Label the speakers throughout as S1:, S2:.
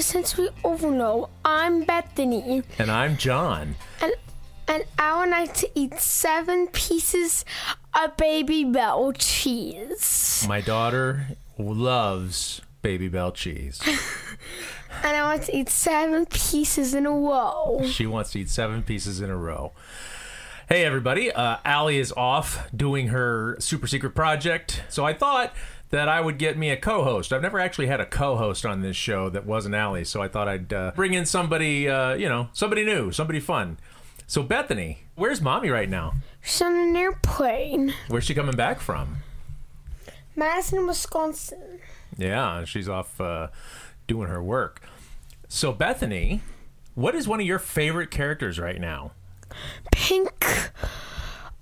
S1: sensory overload. I'm Bethany,
S2: And I'm John.
S1: and and I would like to eat seven pieces of baby bell cheese,
S2: My daughter loves Baby Bell cheese.
S1: and I want to eat seven pieces in a row.
S2: She wants to eat seven pieces in a row. Hey, everybody. Uh, Allie is off doing her super secret project. So I thought that I would get me a co host. I've never actually had a co host on this show that wasn't Allie. So I thought I'd uh, bring in somebody, uh, you know, somebody new, somebody fun. So, Bethany, where's mommy right now?
S1: She's on an airplane,
S2: Where's she coming back from?
S1: Madison, Wisconsin.
S2: Yeah, she's off uh, doing her work. So, Bethany, what is one of your favorite characters right now?
S1: Pink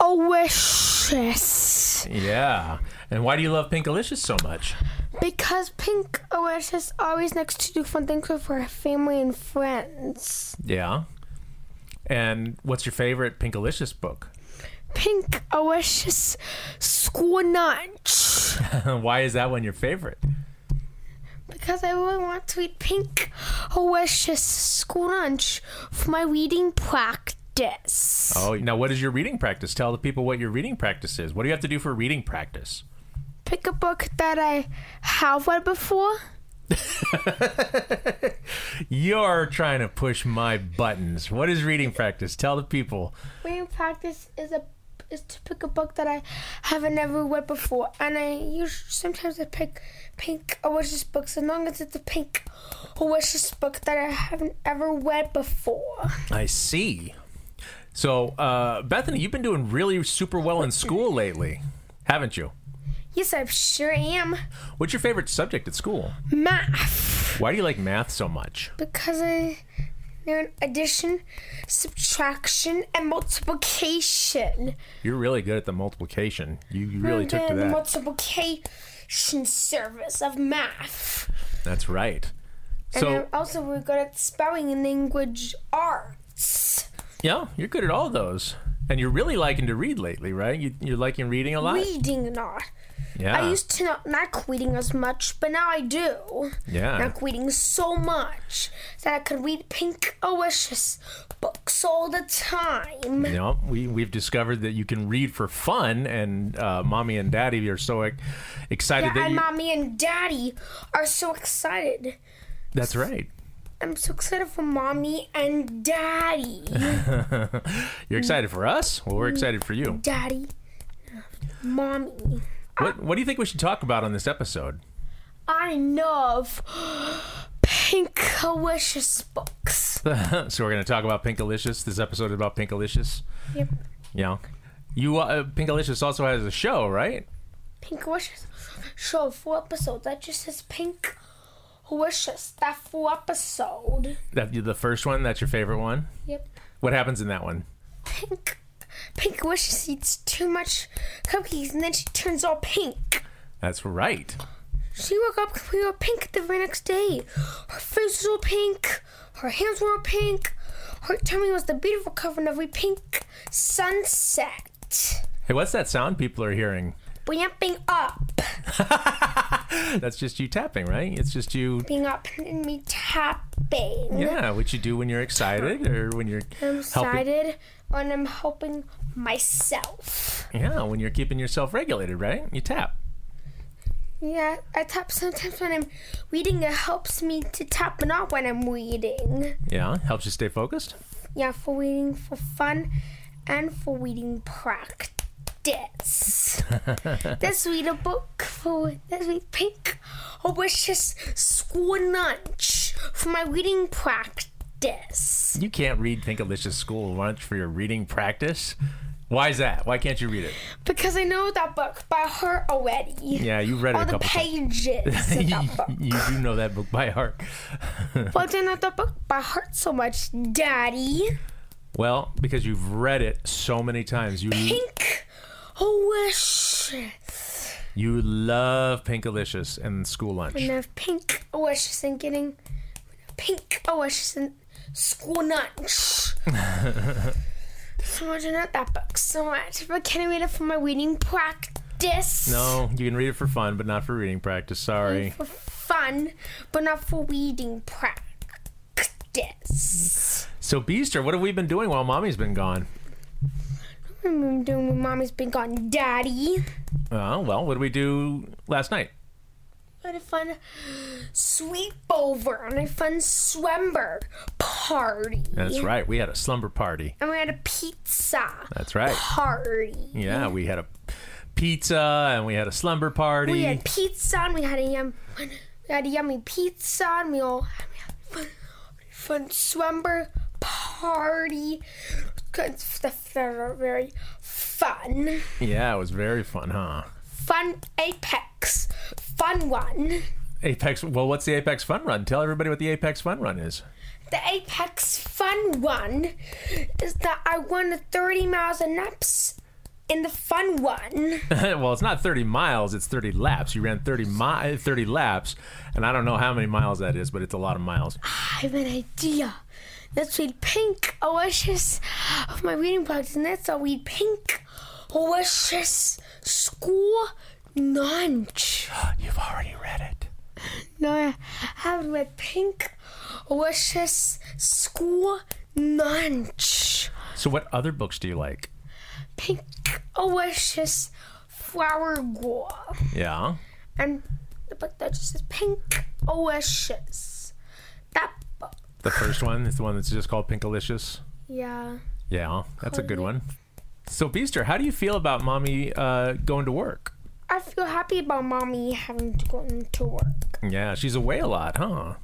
S1: Oasis,
S2: Yeah. And why do you love Pinkalicious so much?
S1: because Pink Oasis always likes to do fun things with her family and friends.
S2: Yeah. And what's your favorite Pinkalicious book?
S1: Pink Oasis Squanch.
S2: why is that one your favorite?
S1: Because I really want to eat Pink Oasis Squanch for my reading practice.
S2: Oh, now what is your reading practice? Tell the people what your reading practice is. What do you have to do for reading practice?
S1: Pick a book that I have read before.
S2: You're trying to push my buttons. What is reading practice? Tell the people.
S1: Reading practice is a is to pick a book that I haven't ever read before, and I usually sometimes I pick Pink Oasis books as long as it's a Pink Oasis book that I haven't ever read before.
S2: I see. So, uh, Bethany, you've been doing really super well in school lately, haven't you?
S1: Yes, I sure am.
S2: What's your favorite subject at school?
S1: Math.
S2: Why do you like math so much?
S1: Because I learned addition, subtraction, and multiplication.
S2: You're really good at the multiplication. You you really
S1: I
S2: took to
S1: did The
S2: that.
S1: multiplication service of math.
S2: That's right.
S1: and
S2: So,
S1: I'm also really good at spelling and language arts.
S2: yeah, you're good at all those. And you're really liking to read lately, right? You, you're liking reading a lot.
S1: Reading and art.
S2: Yeah.
S1: I used to not like reading as much, but now I do.
S2: Yeah.
S1: Like reading so much that I could read Pink Oasis books all the time.
S2: You know, we, we've discovered that you can read for fun, and uh, mommy and daddy are so ec- excited
S1: Yeah,
S2: that
S1: and
S2: you.
S1: mommy and daddy are so excited.
S2: That's right.
S1: I'm so excited for mommy and daddy. Mm-hmm.
S2: You're excited for us? Well, we're excited for you.
S1: daddy, mommy.
S2: What What do you think we should talk about on this episode?
S1: I love pink delicious books.
S2: so we're going to talk about Pinkalicious. This episode is about Pinkalicious.
S1: Yep.
S2: Yeah. You uh, Pinkalicious also has a show, right?
S1: Pink delicious show four episodes. That just says pink delicious. That four episode.
S2: That the first one. That's your favorite one.
S1: Yep.
S2: What happens in that one?
S1: Pink. Pink wishes eats too much cookies and then she turns all pink.
S2: That's right.
S1: She woke up completely all pink the very next day. Her face was all pink. Her hands were all pink. Her tummy was the beautiful covering of a pink sunset.
S2: Hey, what's that sound people are hearing?
S1: Ramping up.
S2: That's just you tapping, right? It's just you.
S1: Being up and me tapping.
S2: Yeah, what you do when you're excited or when you're
S1: I'm
S2: helping.
S1: excited and I'm helping myself.
S2: Yeah, when you're keeping yourself regulated, right? You tap.
S1: Yeah, I tap sometimes when I'm reading. It helps me to tap not when I'm reading.
S2: Yeah, helps you stay focused.
S1: Yeah, for reading for fun and for reading practice. let's read a book for let's read Pink Horatius Squanch for my reading practice.
S2: You can't read Pinkalicious School Lunch for your reading practice. Why is that? Why can't you read it?
S1: Because I know that book by heart already.
S2: Yeah, you've read it
S1: All
S2: a
S1: the
S2: couple times.
S1: pages of that book.
S2: you do know that book by heart.
S1: Well, I know that book by heart so much, Daddy.
S2: Well, because you've read it so many times, you
S1: Pink Horatius.
S2: you love Pinkalicious and School Lunch.
S1: And have pink oasis and getting pink oasis and school lunch. so much not that book so much, but can I read it for my reading practice?
S2: No, you can read it
S1: Mm.
S2: for fun, but not for reading practice. Sorry.
S1: For fun, but not for reading practice. this.
S2: So, Beaster, what have we been doing while mommy's been gone?
S1: I'm doing when mommy's been gone, daddy.
S2: Uh, well, what did we do last night?
S1: I had a fun sweep over and a fun swember party.
S2: That's right. We had a slumber party.
S1: And we had a pizza
S2: That's right.
S1: party.
S2: Yeah, we had a pizza and we had a slumber party.
S1: We had pizza and we had a yum, we had a yummy pizza and we all had a fun, fun swember party. It's very, very fun.
S2: Yeah, it was very fun, huh?
S1: Fun apex. Fun one.
S2: Apex. Well, what's the Apex Fun Run? Tell everybody what the Apex Fun Run is.
S1: The apex fun one is that I won the 30 miles of naps in the fun one.
S2: well, it's not 30 miles, it's 30 laps. You ran 30 mi- 30 laps, and I don't know how many miles that is, but it's a lot of miles.
S1: I have an idea. Let's read Pink Oasis of my reading books, and that's all read Pink Oasis School Lunch.
S2: You've already read it.
S1: No, I haven't read Pink Oasis School Lunch.
S2: So, what other books do you like?
S1: Pink Oasis Flower Girl.
S2: Yeah.
S1: And the book that just says Pink Oasis. That book.
S2: The first one is the one that's just called Pinkalicious.
S1: Yeah.
S2: Yeah, that's a good one. So, Beaster, how do you feel about mommy uh, going to work?
S1: I feel happy about mommy having to go into work.
S2: Yeah, she's away a lot, huh?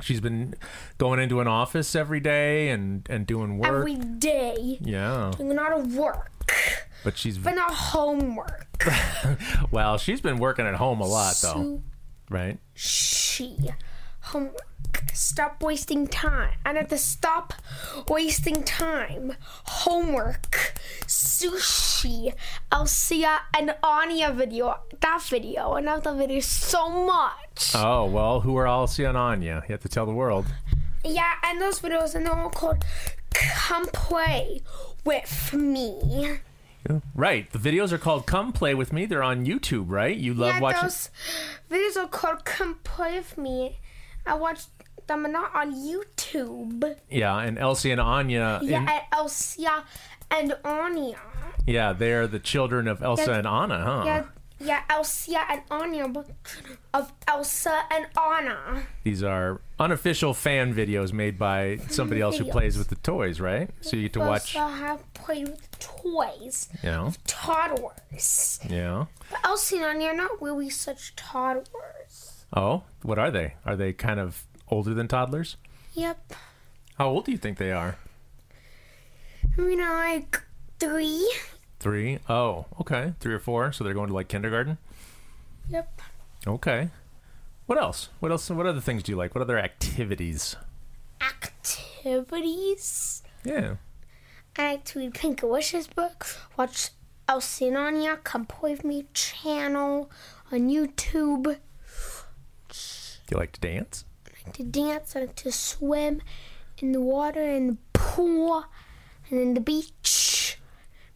S2: She's been going into an office every day and, and doing work.
S1: Every day.
S2: yeah,
S1: Doing a lot of work.
S2: but she's
S1: But not homework.
S2: well, she's been working at home a lot though,
S1: So
S2: right?
S1: she. Homework. Stop wasting time. I have to stop wasting time. Homework. Sushi. Elsia and Anya video. That video. I love that video so much.
S2: Oh well, who are Alcia and Anya? You have to tell the world.
S1: Yeah, and those videos, and they're all called Come Play With Me.
S2: Right. The videos are called "Come Play with Me." They're on YouTube, right? You love
S1: yeah,
S2: watching.
S1: those videos are called Come Play With Me. I watched them not on YouTube.
S2: Yeah, and Elsie and Anya.
S1: Yeah,
S2: in-
S1: at Elsia and Anya.
S2: yeah, they're the children of Elsa and Anna, huh?
S1: Yeah, yeah, Elsia and Anya, but of Elsa and Anna.
S2: These are unofficial fan videos made by somebody else who
S1: videos.
S2: plays with the toys, right? So you get to
S1: Those
S2: watch.
S1: that have played with toys,
S2: Yeah,
S1: toddlers.
S2: yeah.
S1: But Elsia and Anya are not really such toddlers.
S2: Oh, what are they? Are they kind of older than toddlers?
S1: Yep.
S2: How old do you think they are?
S1: I mean, I like three.
S2: Three. Oh, okay. Three or four. So they're going to like kindergarten.
S1: Yep.
S2: Okay. What else? What else? What other things do you like? What other activities?
S1: Activities.
S2: Yeah.
S1: I like to read Pink Wishes books, watch Elsie and Anya, Come Play With Me channel on YouTube,
S2: Do you like to dance?
S1: I like to dance, I like to swim in the water, in the pool, and in the beach,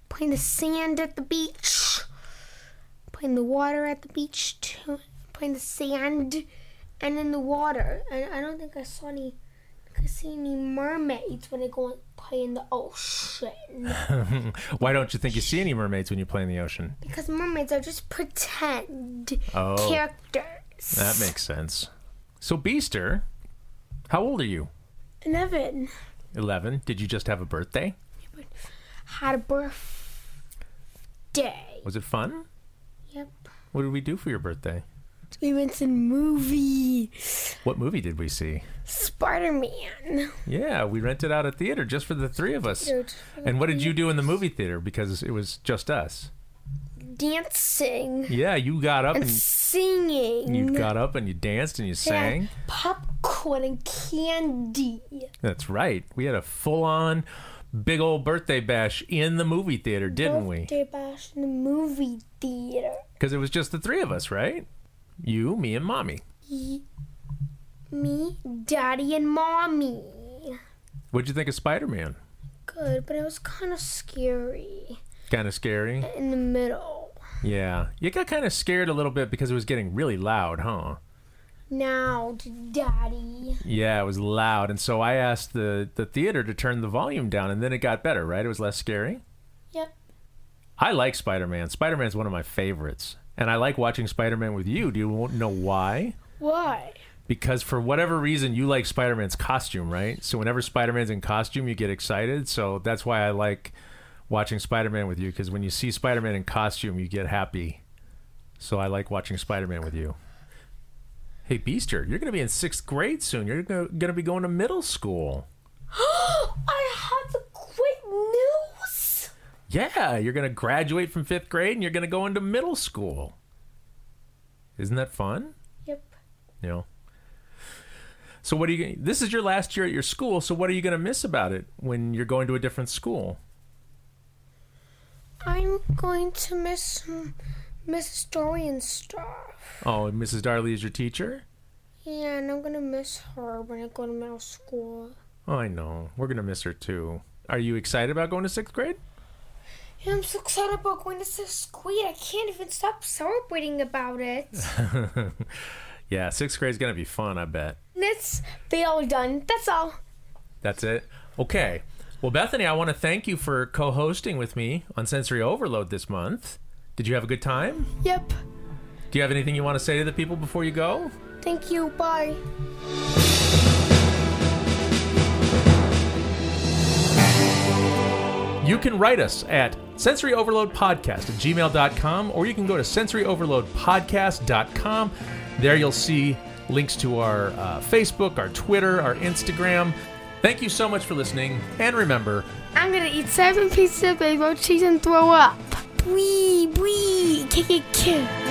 S1: play in the sand at the beach, play in the water at the beach, too, play in the sand and in the water. And I don't think I saw any, I see any mermaids when I go and play in the ocean.
S2: Why don't you think you see any mermaids when you play in the ocean?
S1: Because mermaids are just pretend
S2: Oh.
S1: characters.
S2: That makes sense. So, Beaster, how old are you?
S1: And Evan
S2: 11. Did you just have a birthday?
S1: had a birthday.
S2: Was it fun?
S1: Yep.
S2: What did we do for your birthday?
S1: We went to the movie
S2: What movie did we see?
S1: Spider Man.
S2: Yeah, we rented out a theater just for the three of us. And what did you do in the movie theater? Because it was just us.
S1: Dancing
S2: Yeah, you got up
S1: and
S2: and
S1: singing.
S2: Mm. you got up and you danced and you sang.
S1: And popcorn and candy.
S2: That's right. We had a full on big old birthday bash in the movie theater, didn't we?
S1: Birthday bash in the movie theater.
S2: Because it was just the three of us, right? You, me, and mommy.
S1: Ye- Me, daddy, and mommy.
S2: What'd you think of Spider Man?
S1: Good, but it was kind of scary
S2: Kind of scary.
S1: in the middle.
S2: Yeah. You got kind of scared a little bit because it was getting really loud, huh?
S1: now, Daddy.
S2: Yeah, it was loud, and so I asked the the theater to turn the volume down, and then it got better. Right? It was less scary.
S1: Yep.
S2: I like Spider Man. Spider Man's one of my favorites, and I like watching Spider Man with you. Do you want to know why?
S1: Why?
S2: Because for whatever reason, you like Spider Man's costume, right? So whenever Spider Man's in costume, you get excited. So that's why I like watching Spider Man with you. Because when you see Spider Man in costume, you get happy. So I like watching Spider Man with you. Hey, Beaster, you're going to be in sixth grade soon. You're going to be going to middle school.
S1: I have the great news.
S2: Yeah, you're going to graduate from fifth grade and you're going to go into middle school. Isn't that fun?
S1: Yep.
S2: You know. So what are you? gonna- This is your last year at your school. So what are you going to miss about it when you're going to a different school?
S1: I'm going to miss some, miss story and stuff.
S2: Oh, and Mrs. Darley is your teacher.
S1: Yeah, and I'm gonna miss her when I go to middle school.
S2: Oh, I know. We're going to miss her too. Are you excited about going to sixth grade?
S1: Yeah, I'm so excited about going to sixth grade. I can't even stop celebrating about it.
S2: yeah, sixth grade's going to be fun. I bet.
S1: Let's be all done. That's all.
S2: That's it. Okay. Well, Bethany, I want to thank you for co-hosting with me on Sensory Overload this month. Did you have a good time?
S1: Yep.
S2: Do you have anything you want to say to the people before you go?
S1: Thank you. Bye.
S2: You can write us at sensoryoverloadpodcast at gmail.com or you can go to sensoryoverloadpodcast.com. There you'll see links to our uh, Facebook, our Twitter, our Instagram. Thank you so much for listening. And remember,
S1: I'm gonna eat seven pieces of bagel cheese and throw up. Wee, wee, kick, kick, kick.